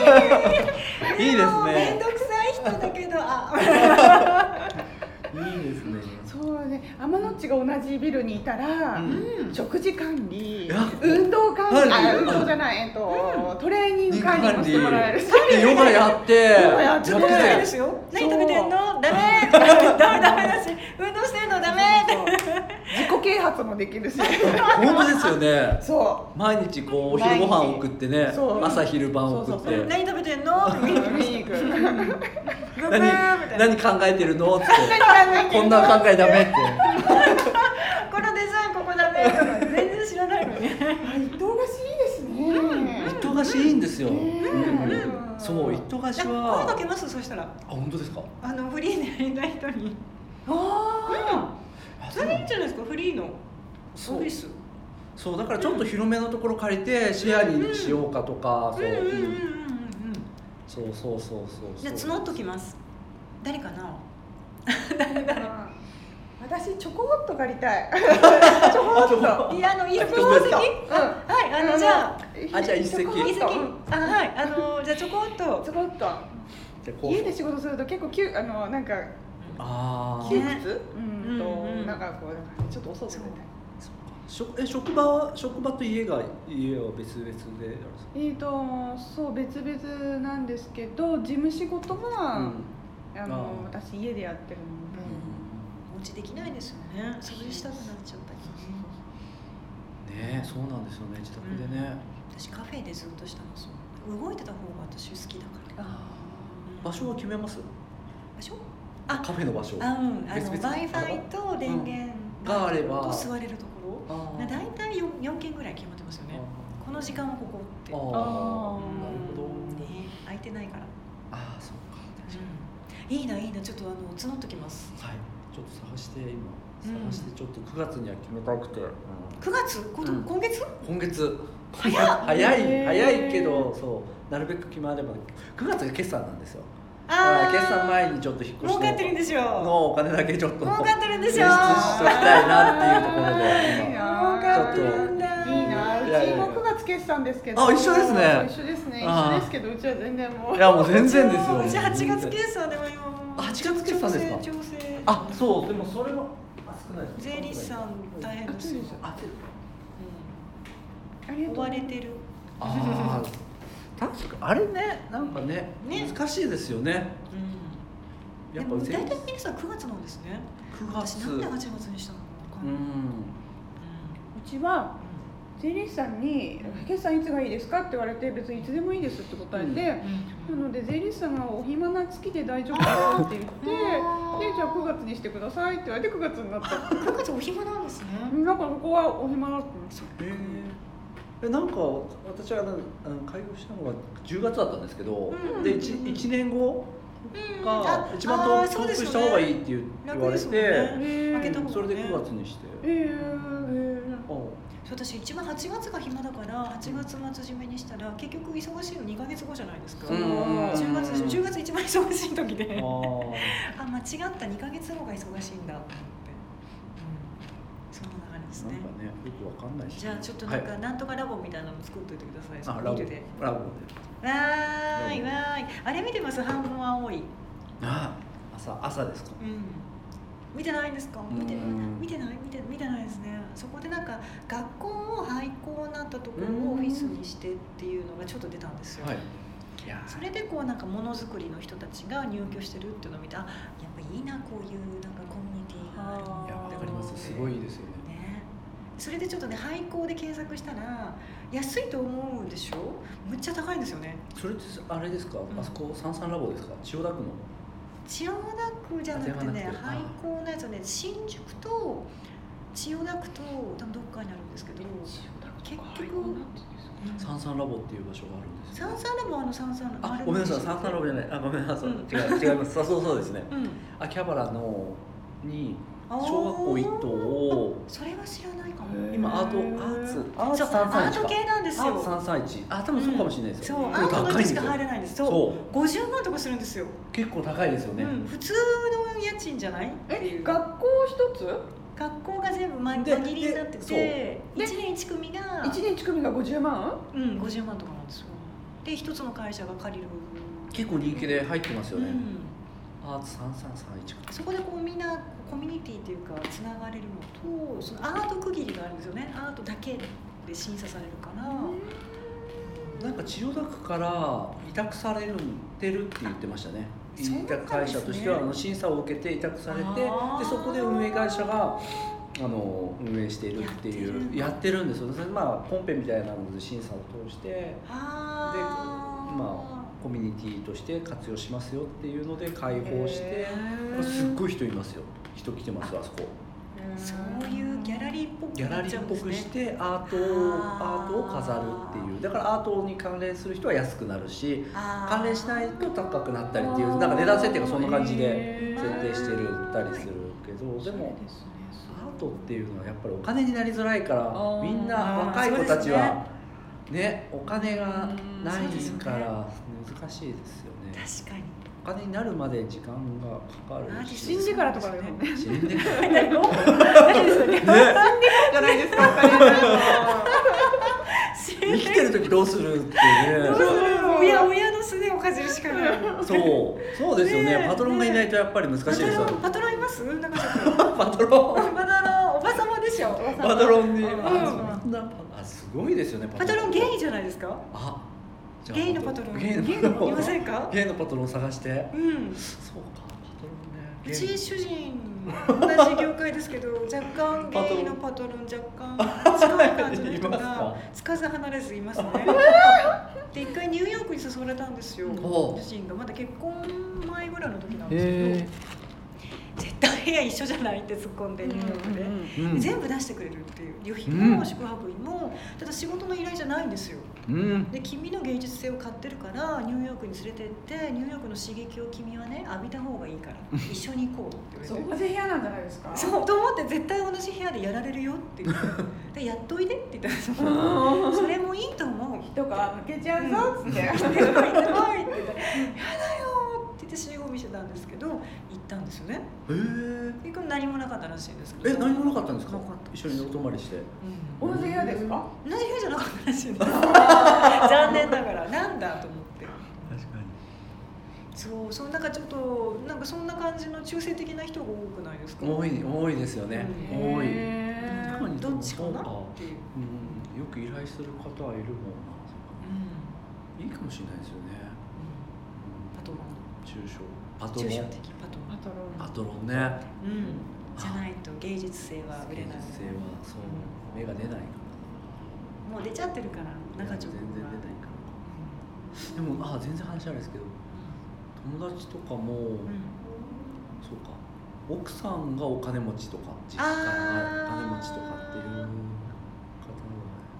[SPEAKER 1] でれ
[SPEAKER 5] いいですね
[SPEAKER 1] もう面倒くさい人だけどあ
[SPEAKER 5] いいですね
[SPEAKER 3] そうね天の地が同じビルにいたら、
[SPEAKER 5] うん
[SPEAKER 3] 食事管理
[SPEAKER 5] や
[SPEAKER 3] 運動管
[SPEAKER 5] 管
[SPEAKER 3] 理
[SPEAKER 5] 理
[SPEAKER 3] あ運動じゃない、えっとトレーニング管理もしてもらえるし
[SPEAKER 5] でヨガやって
[SPEAKER 3] ガやって
[SPEAKER 1] 食べないで
[SPEAKER 5] て
[SPEAKER 1] すよ
[SPEAKER 3] そう
[SPEAKER 1] 何食べてんのダメダメダメだし運動してるのダ メ
[SPEAKER 3] 自己啓発もできるし
[SPEAKER 5] 本当ですよね
[SPEAKER 3] そ
[SPEAKER 5] 毎日こうお昼ご飯送ってね
[SPEAKER 3] そう
[SPEAKER 5] 朝昼晩送
[SPEAKER 3] そう
[SPEAKER 5] っ
[SPEAKER 3] そうそう
[SPEAKER 5] て
[SPEAKER 1] 何食べてんの
[SPEAKER 3] う見に行く
[SPEAKER 1] ググーみたいな
[SPEAKER 5] 何何考えてるのってこん
[SPEAKER 3] な
[SPEAKER 5] な考えダメって
[SPEAKER 1] このデザインここダメとか全然知らないのに
[SPEAKER 3] 忙しいですね
[SPEAKER 5] 忙しいんですよ、
[SPEAKER 3] ん
[SPEAKER 5] うんそう忙しは
[SPEAKER 1] 声かけますそしたら
[SPEAKER 5] あ本当ですか
[SPEAKER 1] あのフリーでいない人に
[SPEAKER 3] あ
[SPEAKER 5] あ
[SPEAKER 1] それいいんじゃないですかフリーのサ
[SPEAKER 5] そ
[SPEAKER 1] ー
[SPEAKER 5] う
[SPEAKER 1] ビス
[SPEAKER 5] そうだからちょっと広めのところ借りてシェアにしようかとか、
[SPEAKER 1] うん
[SPEAKER 5] そう
[SPEAKER 1] うんうんうんうん
[SPEAKER 5] う
[SPEAKER 1] う
[SPEAKER 5] ん
[SPEAKER 1] ん
[SPEAKER 5] そうそうそうそう
[SPEAKER 1] じゃあ募っときます誰かな
[SPEAKER 3] あ私チョコっと借り たいちょこっと
[SPEAKER 1] いやあの一
[SPEAKER 5] どう
[SPEAKER 1] 方
[SPEAKER 5] です
[SPEAKER 1] 席
[SPEAKER 5] か
[SPEAKER 3] う
[SPEAKER 1] はいあ
[SPEAKER 3] ん
[SPEAKER 1] のじゃあ
[SPEAKER 5] あじゃあ一席
[SPEAKER 3] ちょこ
[SPEAKER 1] 一
[SPEAKER 3] っ
[SPEAKER 1] 席
[SPEAKER 3] と
[SPEAKER 1] あはいあ のじゃあちょこっと
[SPEAKER 3] ちょこっと
[SPEAKER 5] じゃあこう
[SPEAKER 3] 家で仕事すると結構きゅあのなんか
[SPEAKER 5] ああ、
[SPEAKER 3] 窮
[SPEAKER 1] ね
[SPEAKER 3] 屈うんと
[SPEAKER 1] うんうん
[SPEAKER 3] なんかこうなんかちょっとお外出たい
[SPEAKER 5] 職え職場は職場と家が家は別々であるんですか
[SPEAKER 3] えー、とそう別々なんですけど事務仕事は、
[SPEAKER 5] うん
[SPEAKER 3] あ
[SPEAKER 5] あ
[SPEAKER 3] の
[SPEAKER 5] ー
[SPEAKER 3] 私家でやってるので、
[SPEAKER 1] お家できないですよねそれしたくなっちゃったりね
[SPEAKER 5] ねえそうなんですよね自宅でね、
[SPEAKER 1] 私カフェでずっとしてます動いてた方が私好きだから
[SPEAKER 5] 場所は決めます
[SPEAKER 1] 場所
[SPEAKER 5] カフェの場所
[SPEAKER 1] あうんあの
[SPEAKER 5] 別
[SPEAKER 1] w
[SPEAKER 5] 々
[SPEAKER 1] i f i と電源
[SPEAKER 5] があれば
[SPEAKER 1] と座れるところだ
[SPEAKER 5] あ
[SPEAKER 1] いたい 4, 4件ぐらい決まってますよねこの時間はここって
[SPEAKER 5] あーあー
[SPEAKER 3] あー
[SPEAKER 5] なるほど
[SPEAKER 1] ね空いてないから、
[SPEAKER 5] ああそうか確か
[SPEAKER 1] いいないいなちょっとあの募っときます
[SPEAKER 5] にはいちょっと探して
[SPEAKER 1] うん
[SPEAKER 5] 今探してちょっと9月には決めたくて、
[SPEAKER 1] 9月こと、
[SPEAKER 5] うん
[SPEAKER 1] 今月
[SPEAKER 5] 今月早い早
[SPEAKER 3] へー
[SPEAKER 5] い早いけどそうなるべく決まれば9月が決算なんですよだか
[SPEAKER 1] あ
[SPEAKER 5] ら
[SPEAKER 1] あ
[SPEAKER 5] 決算前にちょっと引っ越し
[SPEAKER 1] 儲かってるんですよ
[SPEAKER 5] のお金だけちょっと
[SPEAKER 1] 儲かってるんです
[SPEAKER 5] 支出
[SPEAKER 1] よ
[SPEAKER 5] しときたいなっていうところ
[SPEAKER 3] いい
[SPEAKER 1] 儲
[SPEAKER 5] で
[SPEAKER 3] な
[SPEAKER 1] か
[SPEAKER 3] あ
[SPEAKER 1] ってるんだ
[SPEAKER 3] いいなあう
[SPEAKER 5] いやい
[SPEAKER 3] ち
[SPEAKER 5] やいや
[SPEAKER 3] も9月決算ですけど
[SPEAKER 5] あ一緒ですね
[SPEAKER 3] 一緒ですね一
[SPEAKER 5] あー
[SPEAKER 3] 緒ですけどうちは全然もう
[SPEAKER 5] 今いやもう全然ですよ
[SPEAKER 1] うち8月決算でも今もう
[SPEAKER 5] あ8月決算ですか
[SPEAKER 1] 調整調整
[SPEAKER 5] あそうでもそれもあ少ないです
[SPEAKER 1] 税理士さん大変ですよ、
[SPEAKER 5] あで
[SPEAKER 3] あり
[SPEAKER 1] う
[SPEAKER 3] が
[SPEAKER 1] ん、
[SPEAKER 3] と
[SPEAKER 1] 追
[SPEAKER 3] う
[SPEAKER 1] われてる
[SPEAKER 5] あー確かあれねなんかね
[SPEAKER 1] ね
[SPEAKER 5] 難しいですよね
[SPEAKER 1] うんで
[SPEAKER 5] やっぱ
[SPEAKER 1] も
[SPEAKER 5] 税理
[SPEAKER 1] 大
[SPEAKER 5] 士
[SPEAKER 1] 体皆さん9月なんですね
[SPEAKER 5] 9
[SPEAKER 1] 私
[SPEAKER 5] 月
[SPEAKER 1] なんで8月にしたのかわか
[SPEAKER 5] うん
[SPEAKER 1] ない、
[SPEAKER 5] ん
[SPEAKER 3] うちは税理士さんに「決算いつがいいですか?」って言われて別にいつでもいいですって答えて、
[SPEAKER 1] うん
[SPEAKER 3] なので税理士さんが「お暇な月で大丈夫かな?」って言っ て「で
[SPEAKER 1] あー
[SPEAKER 3] じゃあ9月にしてください」って言われて9月になった
[SPEAKER 1] 9月お暇なんですね。
[SPEAKER 3] なんかここはお暇だったんですよ。
[SPEAKER 5] えーえなんか私はあのあの開業したのが10月だったんですけど、
[SPEAKER 1] うん
[SPEAKER 5] で 1, 一年後が
[SPEAKER 1] あ
[SPEAKER 5] 一番
[SPEAKER 1] あー
[SPEAKER 5] 遠
[SPEAKER 1] そう
[SPEAKER 5] く
[SPEAKER 1] ですよね
[SPEAKER 5] した方がいいっていう言われ
[SPEAKER 1] 楽
[SPEAKER 5] て、
[SPEAKER 1] ですもんね
[SPEAKER 3] え
[SPEAKER 1] 開けた
[SPEAKER 5] それで9月にして、
[SPEAKER 3] えー、
[SPEAKER 5] あ
[SPEAKER 1] そう私一番8月が暇だから8月末締めにしたら結局忙しいの2ヶ月後じゃないですか。
[SPEAKER 5] うん
[SPEAKER 1] 10月10月一番忙しい時
[SPEAKER 5] あ
[SPEAKER 1] で、
[SPEAKER 5] ー
[SPEAKER 1] あ間違った2ヶ月後が忙しいんだと思って、うん、その流れです
[SPEAKER 5] なん
[SPEAKER 1] ね。
[SPEAKER 5] かねよくわかんないし
[SPEAKER 1] じゃあちょっとなんか、
[SPEAKER 5] はい
[SPEAKER 1] なんとかラボみたいなの作っといてください。そ
[SPEAKER 5] あ
[SPEAKER 1] の
[SPEAKER 5] ラ
[SPEAKER 1] ビ
[SPEAKER 5] ボ
[SPEAKER 1] ルで。
[SPEAKER 5] ラボで
[SPEAKER 1] わーいわーい。あれ見てます半分青い。
[SPEAKER 5] あー朝朝ですか
[SPEAKER 1] うん見てないんですか
[SPEAKER 5] ん
[SPEAKER 1] 見て見てない見て見てないですねそこでなんか学校を廃校になったところをオフィスにしてっていうのがちょっと出たんですよ、
[SPEAKER 5] はいいやー
[SPEAKER 1] それでこうなんかものづくりの人たちが入居してるっていうのを見てあやっぱいいなこういうなんかコミュニティがある
[SPEAKER 5] いやわかりますすごいですよね
[SPEAKER 1] ねそれでちょっとね廃校で検索したら安いと思うでしょむっちゃ高いんですよね
[SPEAKER 5] それってあれですか、
[SPEAKER 1] ん
[SPEAKER 5] あそこ三三ラボですか千代田区の
[SPEAKER 1] 千代田区じゃなくてね
[SPEAKER 5] あでは
[SPEAKER 1] 廃
[SPEAKER 5] なくて
[SPEAKER 1] 校のやつはね新宿と千代田区と多分どっかにあるんですけど結局
[SPEAKER 5] 三三ラボっていう場所があるんですよ
[SPEAKER 1] 三三ラボはあの三三ラボ
[SPEAKER 5] あ、ごめんなさい、サンサラボじゃない。あ、ごめんなさい。違う、違います。そうそうそうですね。
[SPEAKER 1] うん
[SPEAKER 5] 秋葉原のに
[SPEAKER 1] あー
[SPEAKER 5] 小学校一棟を
[SPEAKER 1] それは知らないかも
[SPEAKER 5] 今アート
[SPEAKER 3] へー
[SPEAKER 5] アーツア
[SPEAKER 1] そうア
[SPEAKER 5] 331
[SPEAKER 1] ート系なんです
[SPEAKER 5] か。アーツ
[SPEAKER 1] よ
[SPEAKER 5] 三三一。あ、多分そうかもしれないです
[SPEAKER 1] そ
[SPEAKER 5] よ。
[SPEAKER 1] う
[SPEAKER 5] で
[SPEAKER 1] ア
[SPEAKER 5] も
[SPEAKER 1] ートの
[SPEAKER 5] 高い
[SPEAKER 1] 人
[SPEAKER 5] んで
[SPEAKER 1] し
[SPEAKER 5] す
[SPEAKER 1] か
[SPEAKER 5] よ。
[SPEAKER 1] 入れないんですそう
[SPEAKER 5] そ
[SPEAKER 1] 50万とかするんですよ、
[SPEAKER 5] う、結構高いですよ
[SPEAKER 1] う
[SPEAKER 5] ね。
[SPEAKER 1] ん、普通の家賃じゃないってい
[SPEAKER 3] え
[SPEAKER 1] う
[SPEAKER 3] 学校一つ
[SPEAKER 1] 学校が全部ま
[SPEAKER 5] で
[SPEAKER 1] 輪切りになってて
[SPEAKER 3] で
[SPEAKER 1] 1年1組が
[SPEAKER 3] 一年一組が50万
[SPEAKER 1] うん50万とかなんですよで一つの会社が借りる
[SPEAKER 5] 結構人気で入ってますよ
[SPEAKER 1] う
[SPEAKER 5] ね、
[SPEAKER 1] ん、
[SPEAKER 5] アーツ3331か
[SPEAKER 1] そこでこうみんなコミュニティというかつながれるのとそのアート区切りがあるんですよねアートだけで審査されるから、
[SPEAKER 5] なんか千代田区から委託されてるって言ってましたね
[SPEAKER 1] そうなん
[SPEAKER 5] 委
[SPEAKER 1] ですね
[SPEAKER 5] 託会社としてはあの審査を受けて委託されてで
[SPEAKER 1] あー
[SPEAKER 5] そこで運営会社があの運営しているっていうや
[SPEAKER 1] や
[SPEAKER 5] ってるんですよそれまあコンペみたいなので審査を通して
[SPEAKER 1] あー
[SPEAKER 5] まコミュニティとして活用しますよっていうので開放して
[SPEAKER 3] へ
[SPEAKER 1] ー
[SPEAKER 5] すっごい人いますよ人来てますあそこ
[SPEAKER 1] そういうギャラリーっぽく
[SPEAKER 5] ギャラリーっぽくし
[SPEAKER 1] ね、
[SPEAKER 5] てアートをア
[SPEAKER 1] あー
[SPEAKER 5] ートを飾るっていうだからアートに関連する人は安くなるし関連しないと高くなったりっていうなんか値段設定がそんな感じで設定してるったりするけどでもアートっていうのはやっぱりお金になりづらいから
[SPEAKER 3] あー
[SPEAKER 5] みんな若い子たちはねお金がないから難しいですよね
[SPEAKER 1] 確かに
[SPEAKER 5] お金になるまで時間がかか
[SPEAKER 1] アーテ
[SPEAKER 5] る
[SPEAKER 1] ィス
[SPEAKER 5] し
[SPEAKER 1] ト
[SPEAKER 3] 死んでからとかだよね
[SPEAKER 5] 死んで から
[SPEAKER 3] 何を何ですよね死んでからじゃないですかお金なんか
[SPEAKER 5] 生きてる時どうするってね
[SPEAKER 3] どうする
[SPEAKER 1] 親親のすねをかじるしかない
[SPEAKER 5] そうそうですよね
[SPEAKER 1] ねえ
[SPEAKER 5] パトロンがいないとやっぱり難しい
[SPEAKER 1] パ
[SPEAKER 5] です
[SPEAKER 1] ト
[SPEAKER 5] よ
[SPEAKER 1] ロンパトロンいますなんかちょっと
[SPEAKER 5] パトロン
[SPEAKER 1] パトロンおばさまでしょ
[SPEAKER 5] パトロンに、
[SPEAKER 3] うん
[SPEAKER 5] あそんなあすごいですよね
[SPEAKER 1] パトロンゲイ
[SPEAKER 5] イ
[SPEAKER 1] じゃないですか
[SPEAKER 5] あじゃあ
[SPEAKER 1] ゲイのパトロン
[SPEAKER 5] ゲイのパト
[SPEAKER 1] い
[SPEAKER 5] ロ
[SPEAKER 1] ま
[SPEAKER 5] ン
[SPEAKER 1] せんか
[SPEAKER 5] ゲイのパトロン探して
[SPEAKER 1] うん
[SPEAKER 5] そうかパトロンね
[SPEAKER 1] う
[SPEAKER 5] ゲイ
[SPEAKER 1] ち主人同じ業界です けど若干ゲイのパトロン若干近い感じの人
[SPEAKER 5] いま
[SPEAKER 1] が
[SPEAKER 5] すか
[SPEAKER 1] つかず離れずいます ねで一回ニューヨークに誘われたんですよ
[SPEAKER 5] おう
[SPEAKER 1] 主人がまだ結婚前ぐらいの時なんです
[SPEAKER 5] へ
[SPEAKER 1] けど絶対部屋一緒じゃないって突っ込んでニューヨークで、
[SPEAKER 5] えうん
[SPEAKER 1] 全部出してくれるっていう旅費
[SPEAKER 5] う
[SPEAKER 1] も
[SPEAKER 5] ん
[SPEAKER 1] 宿泊費もただ仕事の依頼じゃないんですよ
[SPEAKER 5] うん
[SPEAKER 1] で君の芸術性を買ってるからニューヨークに連れてってニューヨークの刺激を君はね浴びた方がいい から一緒に行こうって
[SPEAKER 3] そ
[SPEAKER 1] 言われ
[SPEAKER 3] こ
[SPEAKER 1] て
[SPEAKER 3] で部屋なんじゃないですか
[SPEAKER 1] そうと思って絶対同じ部屋でやられるよって言ってでやっといでって言ったらその
[SPEAKER 3] うん
[SPEAKER 1] それもいいと思う
[SPEAKER 3] とか抜けちゃうぞっつって
[SPEAKER 1] 行ってこい行ってこいって言って「やだよ」って言って集合見せたんですけど行ったんですよね
[SPEAKER 5] へー
[SPEAKER 1] 結局何もなかったらしいんですけ
[SPEAKER 5] え
[SPEAKER 1] ど
[SPEAKER 5] 何もなかったんですか
[SPEAKER 1] なかった
[SPEAKER 5] 一緒にお泊まりして
[SPEAKER 1] うん
[SPEAKER 3] 同じ部屋ですか
[SPEAKER 1] 同じ部屋じゃなかったらしいん です残念ながらなんだと思って
[SPEAKER 5] 確かに
[SPEAKER 1] そうそのなんかちょっとなんかそんな感じの中性的な人が多くないですか
[SPEAKER 5] 多い多いですよね
[SPEAKER 1] うん
[SPEAKER 5] 多い
[SPEAKER 3] へー
[SPEAKER 1] どっちかな
[SPEAKER 5] そう
[SPEAKER 1] っていう、
[SPEAKER 5] うんよく依頼する方はいるもんないいかもしれないですよね
[SPEAKER 1] パトロン
[SPEAKER 5] 中小パトロ
[SPEAKER 1] 抽象
[SPEAKER 5] ン
[SPEAKER 1] 的パトロ
[SPEAKER 3] パ
[SPEAKER 1] ン
[SPEAKER 3] ト
[SPEAKER 5] パトロ
[SPEAKER 3] ロン
[SPEAKER 5] ンね
[SPEAKER 1] うんじゃないと芸術性は売れない
[SPEAKER 5] 芸術性はそう目が出ないから
[SPEAKER 1] もう出ちゃってるから中条
[SPEAKER 5] 全
[SPEAKER 1] 君
[SPEAKER 5] 然出
[SPEAKER 1] は
[SPEAKER 5] ないからでもあ全然話あるんですけど友達とかも、
[SPEAKER 1] うんうん
[SPEAKER 5] そうか奥さんがお金持ちとか実家がお金持ちとかっていう方は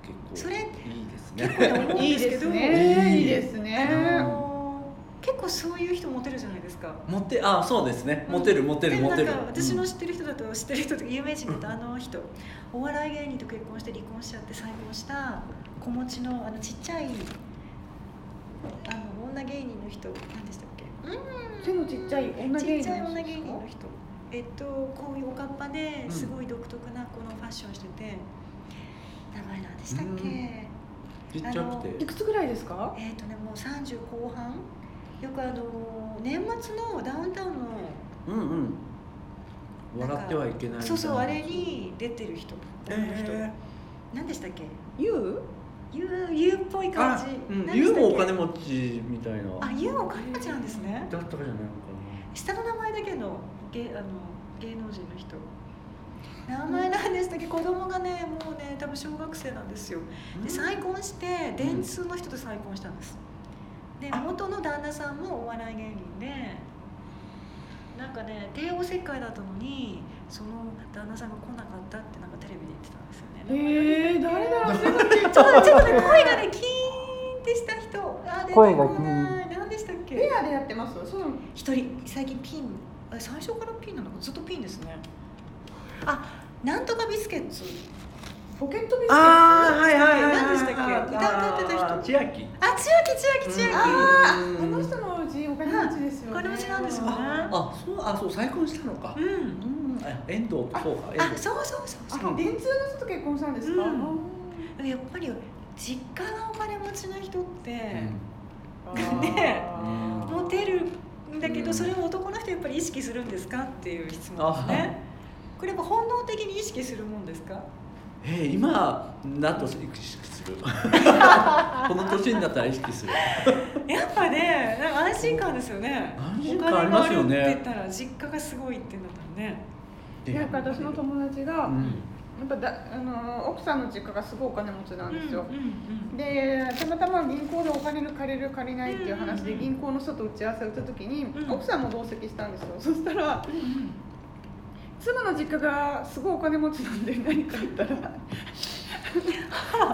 [SPEAKER 5] 結構
[SPEAKER 1] それ
[SPEAKER 5] いいです
[SPEAKER 1] 結構
[SPEAKER 5] ね
[SPEAKER 1] 思うん
[SPEAKER 3] い
[SPEAKER 1] で
[SPEAKER 3] い
[SPEAKER 1] す
[SPEAKER 3] で
[SPEAKER 1] け
[SPEAKER 3] す
[SPEAKER 1] ど
[SPEAKER 3] ねいいです
[SPEAKER 1] あ
[SPEAKER 3] ね
[SPEAKER 1] の結構そういう人モテるじゃないですか
[SPEAKER 5] 持ってあそうですねモテるモテる
[SPEAKER 1] で
[SPEAKER 5] モテる
[SPEAKER 1] なんか私
[SPEAKER 5] う
[SPEAKER 1] の
[SPEAKER 5] ん
[SPEAKER 1] 知ってる人だと知ってる人とか有名人だとあの人お笑い芸人と結婚して離婚しちゃって再婚した子持ちのあのちっちゃいあの女芸人の人何でしたっけ
[SPEAKER 3] 背のちっちゃい女
[SPEAKER 1] ち
[SPEAKER 3] 芸人
[SPEAKER 1] っちゃい女芸人の人えっとこういうおかっぱですごい独特なこのファッションしてて、名前何でしたっけ、
[SPEAKER 5] うんちっちゃ
[SPEAKER 1] あの
[SPEAKER 5] く
[SPEAKER 3] い
[SPEAKER 5] て
[SPEAKER 3] くつぐらいですか
[SPEAKER 1] えっとねもう30後半よくあの年末のダウンタウンの
[SPEAKER 5] うんうん笑ってはいけないみたいな
[SPEAKER 1] そうそうあれに出てる人女の人
[SPEAKER 5] え
[SPEAKER 1] 何でしたっけ
[SPEAKER 3] YOU?
[SPEAKER 1] ユーユーっぽい
[SPEAKER 5] ーあ
[SPEAKER 1] 感じ。
[SPEAKER 5] うん
[SPEAKER 1] 何で
[SPEAKER 5] ユ
[SPEAKER 1] し
[SPEAKER 5] ウ
[SPEAKER 1] たっけ
[SPEAKER 5] もお金持ちみたいな
[SPEAKER 1] あ、ユーもお金持ちなんですね。
[SPEAKER 5] だったかじゃないのか
[SPEAKER 1] 下の名前だけの芸あの芸能人の人。名前なんでしたっけ子供がねもうね多分小学生なんですよ。
[SPEAKER 5] な
[SPEAKER 1] で再婚して電通の人と再婚したんです。で
[SPEAKER 5] あ
[SPEAKER 1] 元の旦那さんもお笑い芸人で。なんかね帝王切開だったのにその旦那さんが来なかったってなんかテレビで言ってたんですよね。
[SPEAKER 3] えー、誰だろう背のちっ
[SPEAKER 1] ち
[SPEAKER 3] ち
[SPEAKER 1] ょっと
[SPEAKER 3] ゃい
[SPEAKER 1] ちょっとね声がねキーンってした人あ出てこない
[SPEAKER 5] 声がキー
[SPEAKER 1] 何でしたっ
[SPEAKER 3] ペ
[SPEAKER 1] け
[SPEAKER 3] アでやってますそう
[SPEAKER 1] 一人最近ピンあ最初からピンなのかずっとピンですねあなんとかビスケッツ
[SPEAKER 3] ポケットビスケット
[SPEAKER 5] ああはいはいはい
[SPEAKER 1] 何でしたっけ歌歌ってた人
[SPEAKER 5] 千秋
[SPEAKER 1] あ千秋千秋千秋
[SPEAKER 3] あーあの人のうちお金持ちですよね
[SPEAKER 1] お金持ちなんですよね
[SPEAKER 3] あ
[SPEAKER 5] あそうあそう再婚したのか
[SPEAKER 1] う
[SPEAKER 5] うんんあ遠藤とそうか遠
[SPEAKER 1] あ
[SPEAKER 5] 藤
[SPEAKER 1] そうそうそうそう
[SPEAKER 5] うん
[SPEAKER 3] 電通の人と結婚したんですか、
[SPEAKER 1] うんやっぱり実家がお金持ちの人って、
[SPEAKER 5] うん
[SPEAKER 1] ね
[SPEAKER 5] うん
[SPEAKER 1] モテるんだけ
[SPEAKER 2] う
[SPEAKER 1] ど
[SPEAKER 2] ん
[SPEAKER 1] それを男の人やっぱり意識するんですかっていう質問です
[SPEAKER 5] あ
[SPEAKER 1] ねこれやっぱ本能的に意識するもんですか
[SPEAKER 5] えー今だと意識するこの年になったら意識する
[SPEAKER 1] やっぱねなんか安心感ですよね
[SPEAKER 5] 安心感ありますよね
[SPEAKER 1] お金があるって言ったら実家がすごいってなったらね
[SPEAKER 3] なんか私の友達が、
[SPEAKER 5] う
[SPEAKER 3] や
[SPEAKER 5] ん
[SPEAKER 3] っぱだあの奥さんの実家がすごいお金持ちなんですよ、
[SPEAKER 1] うんうんうん
[SPEAKER 3] でたまたま銀行でお金の借りる借りないっていう話
[SPEAKER 1] う
[SPEAKER 3] で
[SPEAKER 1] ん
[SPEAKER 3] 銀行の人と打ち合わせをした時に、
[SPEAKER 1] うん
[SPEAKER 3] 奥さんも同席したんですよそしたら妻の実家がすごいお金持ちなんで何かあったら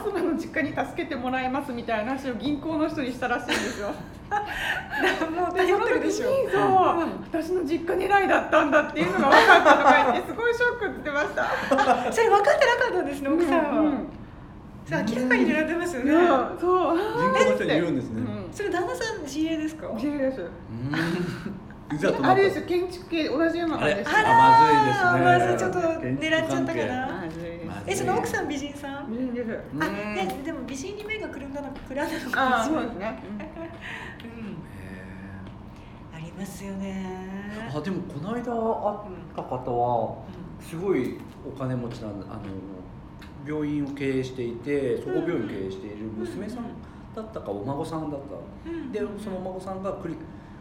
[SPEAKER 3] 妻の実家に助けてもらえますみたいな話を銀行の人にしたらしいんで すよ
[SPEAKER 1] もう頼ってるでしょ
[SPEAKER 3] その時にそう、私の実家狙いだったんだっていうのが分かったとか言ってすごいショックって言ってまし た
[SPEAKER 1] それ分かってなかったんですね奥さんは、
[SPEAKER 3] う
[SPEAKER 1] じゃあ明らかに狙ってますよね、
[SPEAKER 3] うんそう
[SPEAKER 5] 銀行の人に言うんですね
[SPEAKER 1] それ旦那さん知り合いですか
[SPEAKER 3] うん、自由です
[SPEAKER 5] うんいざとな
[SPEAKER 3] あ
[SPEAKER 5] ったら
[SPEAKER 3] れですよ建築系同じような感じでし
[SPEAKER 5] あれ
[SPEAKER 3] た
[SPEAKER 5] あまず
[SPEAKER 1] ま
[SPEAKER 5] い
[SPEAKER 1] ず
[SPEAKER 5] で
[SPEAKER 1] いち
[SPEAKER 5] す
[SPEAKER 1] ょ
[SPEAKER 5] ね
[SPEAKER 1] っと狙っちゃったかな
[SPEAKER 3] まずいです
[SPEAKER 5] まずい
[SPEAKER 1] えその奥さん美人さん
[SPEAKER 3] 自由です
[SPEAKER 1] あ
[SPEAKER 5] うん
[SPEAKER 1] ねでも美人に目がくるんだのかくらんだのか
[SPEAKER 3] あ
[SPEAKER 1] も
[SPEAKER 3] あ
[SPEAKER 1] し
[SPEAKER 3] そ
[SPEAKER 1] れな
[SPEAKER 3] う
[SPEAKER 1] い
[SPEAKER 3] で
[SPEAKER 1] う
[SPEAKER 3] すね、
[SPEAKER 1] ん
[SPEAKER 5] へ
[SPEAKER 1] ありますよね
[SPEAKER 5] ーあでもこの間会った方はすごいお金持ちなんだあの病院を経営していて総合病院を経営している娘さんだったかお孫さんだったでそのお孫さんがクリ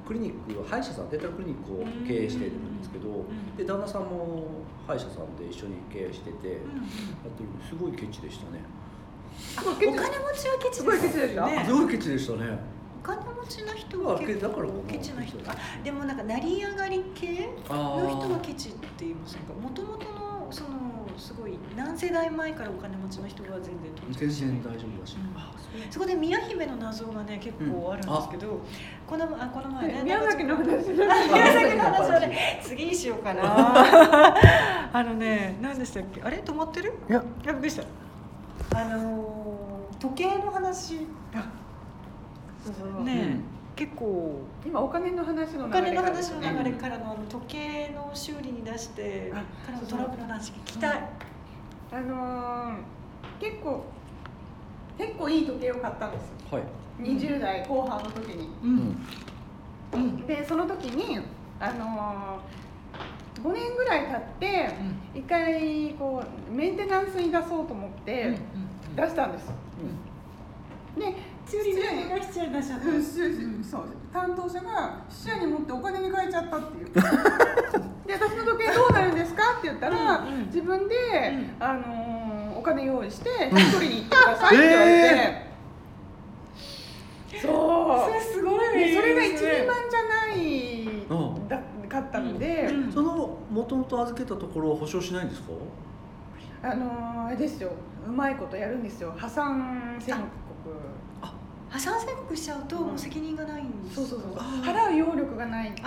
[SPEAKER 5] クリニックを歯医者さんデータルクリニックを経営しているんですけど、
[SPEAKER 1] ん
[SPEAKER 5] で旦那さんも歯医者さんで一緒に経営してて、やってるすごいケチでしたね、
[SPEAKER 1] お金持ちはケチ
[SPEAKER 3] すごいケチ
[SPEAKER 1] で
[SPEAKER 3] ですし
[SPEAKER 1] よ
[SPEAKER 3] た
[SPEAKER 1] ね
[SPEAKER 5] すごいケチでしたね
[SPEAKER 1] お金持ちの人は結
[SPEAKER 5] だからか
[SPEAKER 1] 構
[SPEAKER 5] な
[SPEAKER 1] ケチな人あでもなんか成り上がり系
[SPEAKER 5] あ
[SPEAKER 1] の
[SPEAKER 5] ー
[SPEAKER 1] 人はケチって言いませんかもともとのそのすごい何世代前からお金持ちの人は全然到
[SPEAKER 5] 全
[SPEAKER 1] 着しない
[SPEAKER 5] 然大丈夫だし、
[SPEAKER 1] うん
[SPEAKER 5] あそう
[SPEAKER 1] そこで宮姫の謎がね結構あるんですけど、このあこの前ね
[SPEAKER 3] 宮崎の話
[SPEAKER 1] あ宮崎の話は
[SPEAKER 3] で
[SPEAKER 1] ね次にしようかなあのね何でしたっけあれ止まってる
[SPEAKER 5] いや
[SPEAKER 1] びっくりしたあのー時計の話
[SPEAKER 3] ね
[SPEAKER 1] ね、結構
[SPEAKER 3] 今お金の話の
[SPEAKER 1] お
[SPEAKER 3] 流れ
[SPEAKER 1] 金の
[SPEAKER 3] が
[SPEAKER 1] 話の流れからのあの時計の修理に出して
[SPEAKER 3] あ
[SPEAKER 1] からのトラブルの話聞きたい、
[SPEAKER 3] あのー結構結構いい時計を買ったんですよ
[SPEAKER 5] うんはい、
[SPEAKER 3] 20代後半の時に
[SPEAKER 1] う
[SPEAKER 5] うん
[SPEAKER 1] うん
[SPEAKER 3] でその時にあのー、5年ぐらい経って一回こうメンテナンスに出そうと思って出したんです、で修理
[SPEAKER 1] 修理
[SPEAKER 3] で
[SPEAKER 1] が必要になっちゃった
[SPEAKER 3] うん修理そう担当者が死者に持ってお金に変えちゃったっていうで私の時計どうなるんですかって言ったら、
[SPEAKER 1] うんうん
[SPEAKER 3] 自分で、
[SPEAKER 1] う
[SPEAKER 3] あのーお金用意して一人に行ってくださいって言われて、そう
[SPEAKER 1] それすごい
[SPEAKER 3] でそれが一
[SPEAKER 1] 一
[SPEAKER 3] 人前じゃない
[SPEAKER 5] うん
[SPEAKER 3] だかったので、
[SPEAKER 1] うん
[SPEAKER 5] そのもともと預けたところを保証しないんですか
[SPEAKER 3] あのーあれですようまいことやるんですよ破産宣告
[SPEAKER 1] 破産宣告しちゃうともう責任がないんです
[SPEAKER 3] そうそうそう
[SPEAKER 1] あ
[SPEAKER 3] 払う揚力がないって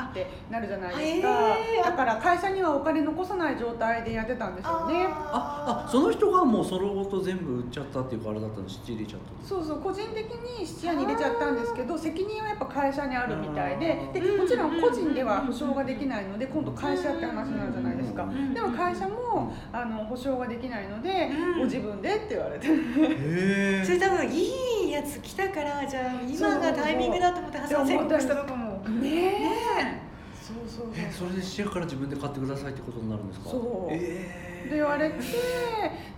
[SPEAKER 3] なるじゃないですか、
[SPEAKER 1] あへー
[SPEAKER 3] だから会社にはお金残さない状態でやってたんですよね
[SPEAKER 5] ああその人がもうそのごと全部売っちゃったっていうかあれだったの仕入れちゃったんです
[SPEAKER 3] そうそう個人的に質屋に入れちゃったんですけど責任はやっぱ会社にあるみたいでで
[SPEAKER 1] うん
[SPEAKER 3] もちろん個人では保証ができないので今度会社って話になるじゃないですか
[SPEAKER 5] うん
[SPEAKER 3] でも会社もあの保証ができないので
[SPEAKER 1] うん
[SPEAKER 3] ご自分でって言われて
[SPEAKER 5] へ
[SPEAKER 1] それ多分いいやつ来たからじゃあ今がタイミングだと思って破産宣告したのかも
[SPEAKER 3] ね
[SPEAKER 1] ね
[SPEAKER 3] そうそう
[SPEAKER 5] えそれでシェアから自分で買ってくださいってことになるんですか
[SPEAKER 3] そう
[SPEAKER 5] え
[SPEAKER 3] で言われて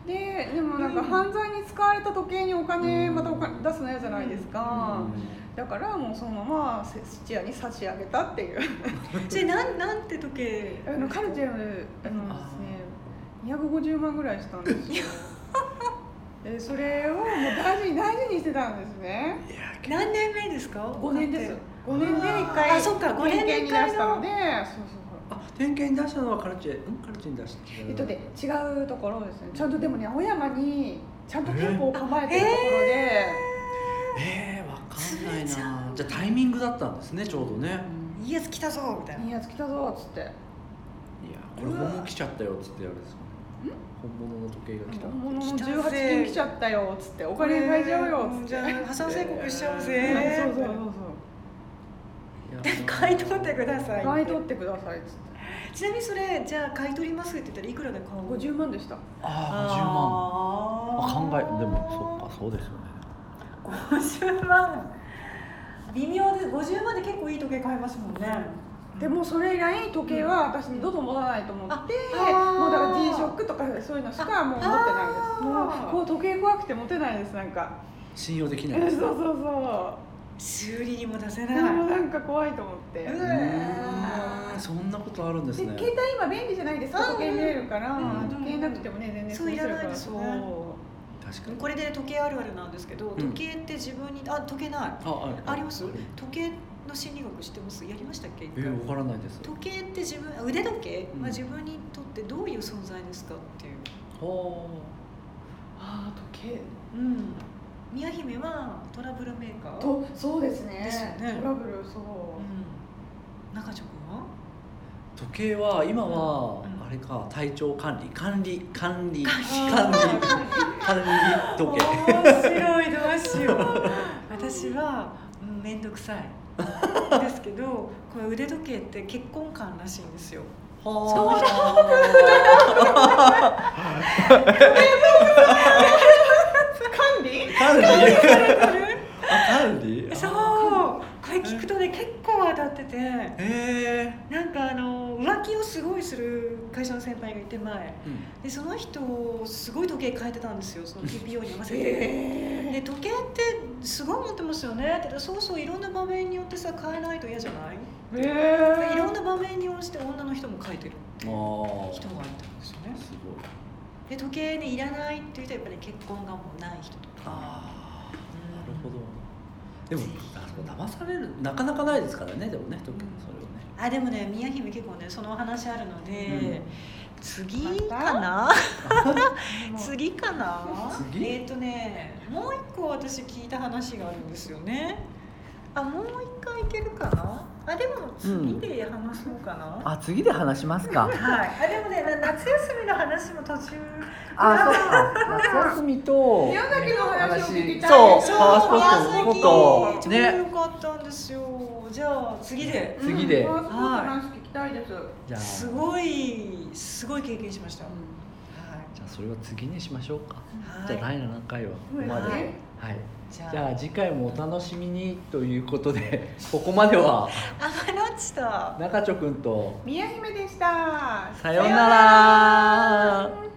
[SPEAKER 3] ででもなんか犯罪に使われた時計にお金またお金出すの嫌じゃないですかだからもうそのまませ質屋に差し上げたっていう
[SPEAKER 1] えそれなんなんて時計
[SPEAKER 3] あのカルチェルあのですね250万ぐらいしたんです よでそれをもう大事に大事にしてたんですね
[SPEAKER 1] 何年目ですか
[SPEAKER 3] 5年です
[SPEAKER 1] よ
[SPEAKER 3] 5年で1回
[SPEAKER 1] あそっか5年で
[SPEAKER 3] に
[SPEAKER 1] 一
[SPEAKER 3] 出
[SPEAKER 1] 回の
[SPEAKER 3] したのでそうそうそう
[SPEAKER 5] あ点検に出したのはカルチェうんカルチェに出した
[SPEAKER 3] えっとね、違うところですねちゃんとでもね青山にちゃんと店舗を構えてるところで、
[SPEAKER 5] えー、わかんな
[SPEAKER 1] 潰
[SPEAKER 5] い
[SPEAKER 1] れちゃ
[SPEAKER 5] な
[SPEAKER 1] う
[SPEAKER 5] じゃあタイミングだったんですねちょうどねいや
[SPEAKER 1] いいやつ来たぞみたい
[SPEAKER 3] い
[SPEAKER 1] ない
[SPEAKER 3] やつ来たぞっつって
[SPEAKER 5] これ本物来ちゃったよっつってあれですかね本物の時計が来た
[SPEAKER 3] 本物の
[SPEAKER 1] 来たぜ
[SPEAKER 3] 18金来ちゃったよっつってお金返しちゃうよっつって
[SPEAKER 1] じゃあ破産宣告しちゃうぜ、
[SPEAKER 5] え
[SPEAKER 3] そうそうそう
[SPEAKER 1] で買い取ってくださ
[SPEAKER 3] そ
[SPEAKER 1] いう
[SPEAKER 3] 買い取ってくださいっつって
[SPEAKER 1] ちなみにそれじゃあ買い取りますって言ったらいくらで買う
[SPEAKER 3] 50万でした
[SPEAKER 5] ああ
[SPEAKER 1] あ
[SPEAKER 5] 50万あ考えでもそっかそうですよね
[SPEAKER 1] そっか50万微妙です50まで結構いい時計買いますもんね
[SPEAKER 3] でもそれ以来時計は私にどうぞ持たないと思って、
[SPEAKER 1] あ
[SPEAKER 3] もうだから G ショックとかそういうのしかもう持ってないです
[SPEAKER 1] あ
[SPEAKER 3] もうこう時計怖くて持てないですなんか
[SPEAKER 5] 信用できな
[SPEAKER 3] そう
[SPEAKER 5] いです
[SPEAKER 3] そうそう
[SPEAKER 1] 修理にも出せ
[SPEAKER 3] で
[SPEAKER 1] ない、
[SPEAKER 3] もなんか怖いと思って、
[SPEAKER 1] う
[SPEAKER 5] う
[SPEAKER 1] わ
[SPEAKER 5] ーんそんなことあるんで
[SPEAKER 3] です
[SPEAKER 5] ね
[SPEAKER 3] 携帯今便利じゃないですか
[SPEAKER 1] うん
[SPEAKER 3] 時計見れるから、
[SPEAKER 5] うん
[SPEAKER 3] 時計なくてもね全然
[SPEAKER 1] そういらないですよね
[SPEAKER 3] そ
[SPEAKER 5] 確かに
[SPEAKER 1] これで時計あるあるなんですけど
[SPEAKER 5] ん
[SPEAKER 1] 時計って自分に、あ時計ない
[SPEAKER 5] ああ
[SPEAKER 1] あります時計の心理学知ってますやりましたっけ一
[SPEAKER 5] え
[SPEAKER 1] 回
[SPEAKER 5] ー、わからないです
[SPEAKER 1] 時計って自分あ腕時計
[SPEAKER 5] うん
[SPEAKER 1] は自分にとってどういう存在ですかっていう、
[SPEAKER 5] ほ
[SPEAKER 3] うああ時計
[SPEAKER 1] うん、宮姫はトラブルメーカー
[SPEAKER 3] とそうですね
[SPEAKER 1] ですよね
[SPEAKER 3] トラブルそうう、
[SPEAKER 1] ん、中条君は
[SPEAKER 5] う時計は今は
[SPEAKER 1] うん
[SPEAKER 5] あれか体調管理管理管理
[SPEAKER 3] あ
[SPEAKER 5] 管理
[SPEAKER 3] ー
[SPEAKER 5] 管理時計
[SPEAKER 1] 面白いどうしよう 私はうん面倒くさいですけどこれ腕時計って結婚観らしいんですよ
[SPEAKER 5] は
[SPEAKER 3] 管理
[SPEAKER 5] あ管理あ管理
[SPEAKER 1] そうこれ聞くとね結構当たってて
[SPEAKER 5] ええ
[SPEAKER 1] なんかあの浮気をすごいする会社の先輩がいて前
[SPEAKER 5] ーうん
[SPEAKER 1] でその人すごい時計変えてたんですよその TPO に合わせて、で時計ってすごい持ってますよねってそうそういろんな場面によってさ変えないと嫌じゃない
[SPEAKER 3] えー、
[SPEAKER 1] いろんな場面に応じて女の人も変えてるっていう
[SPEAKER 5] ああ
[SPEAKER 1] 人がいたんですよね
[SPEAKER 5] すご
[SPEAKER 1] で
[SPEAKER 5] い
[SPEAKER 1] 時計ねいらないっていう人はやっぱり結婚がもうない人とか
[SPEAKER 5] ああ
[SPEAKER 1] うん
[SPEAKER 5] なるほどでもあの騙されるなかなかないですからねでもね時計
[SPEAKER 1] うん
[SPEAKER 5] それをね
[SPEAKER 1] あでもね宮姫結構ねそのお話あるので、次
[SPEAKER 3] ま
[SPEAKER 1] か
[SPEAKER 3] た
[SPEAKER 1] な
[SPEAKER 3] もう
[SPEAKER 1] 次かな
[SPEAKER 5] 次
[SPEAKER 1] えっ、とねもう一個私聞いた話があるんですよねあもう一回いけるかなあでも次で話そうかな、
[SPEAKER 5] あ次で話しますか
[SPEAKER 1] はい、あでもねな夏休みの話も途中
[SPEAKER 5] あそっか夏休みと
[SPEAKER 3] 宮崎の話を聞きたいです
[SPEAKER 5] そ
[SPEAKER 1] そ
[SPEAKER 5] う
[SPEAKER 1] う
[SPEAKER 5] パワースポットのこ
[SPEAKER 1] 宮
[SPEAKER 5] と
[SPEAKER 1] 崎
[SPEAKER 5] ね
[SPEAKER 1] 超良かったんですよじゃあ次で
[SPEAKER 5] 次で
[SPEAKER 3] うん、もう少し話聞きたいです、
[SPEAKER 5] じゃあ
[SPEAKER 1] すごいすごい経験しました、
[SPEAKER 5] じゃあそれは次にしましょうか、
[SPEAKER 1] はい
[SPEAKER 5] じゃあ第7回はここまで、
[SPEAKER 3] は
[SPEAKER 5] はいい
[SPEAKER 1] じゃ
[SPEAKER 5] じゃあ次回もお楽しみにということでここまでは
[SPEAKER 1] あマロッチと
[SPEAKER 5] 中ちょくんと
[SPEAKER 3] 宮姫でした
[SPEAKER 5] さようなら
[SPEAKER 3] さようなら